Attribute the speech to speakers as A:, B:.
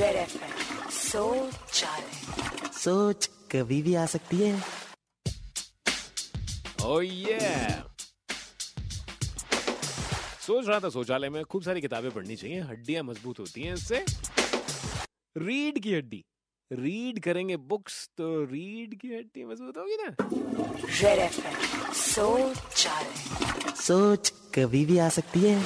A: Red FM सोच चाले
B: सोच कभी भी आ सकती है
C: Oh yeah! सोच रहा था शौचालय में खूब सारी किताबें पढ़नी चाहिए हड्डियां मजबूत होती हैं इससे रीड की हड्डी रीड करेंगे बुक्स तो रीड की हड्डी मजबूत होगी ना
A: रेड एफएम सोच चाले
B: सोच कभी भी आ सकती है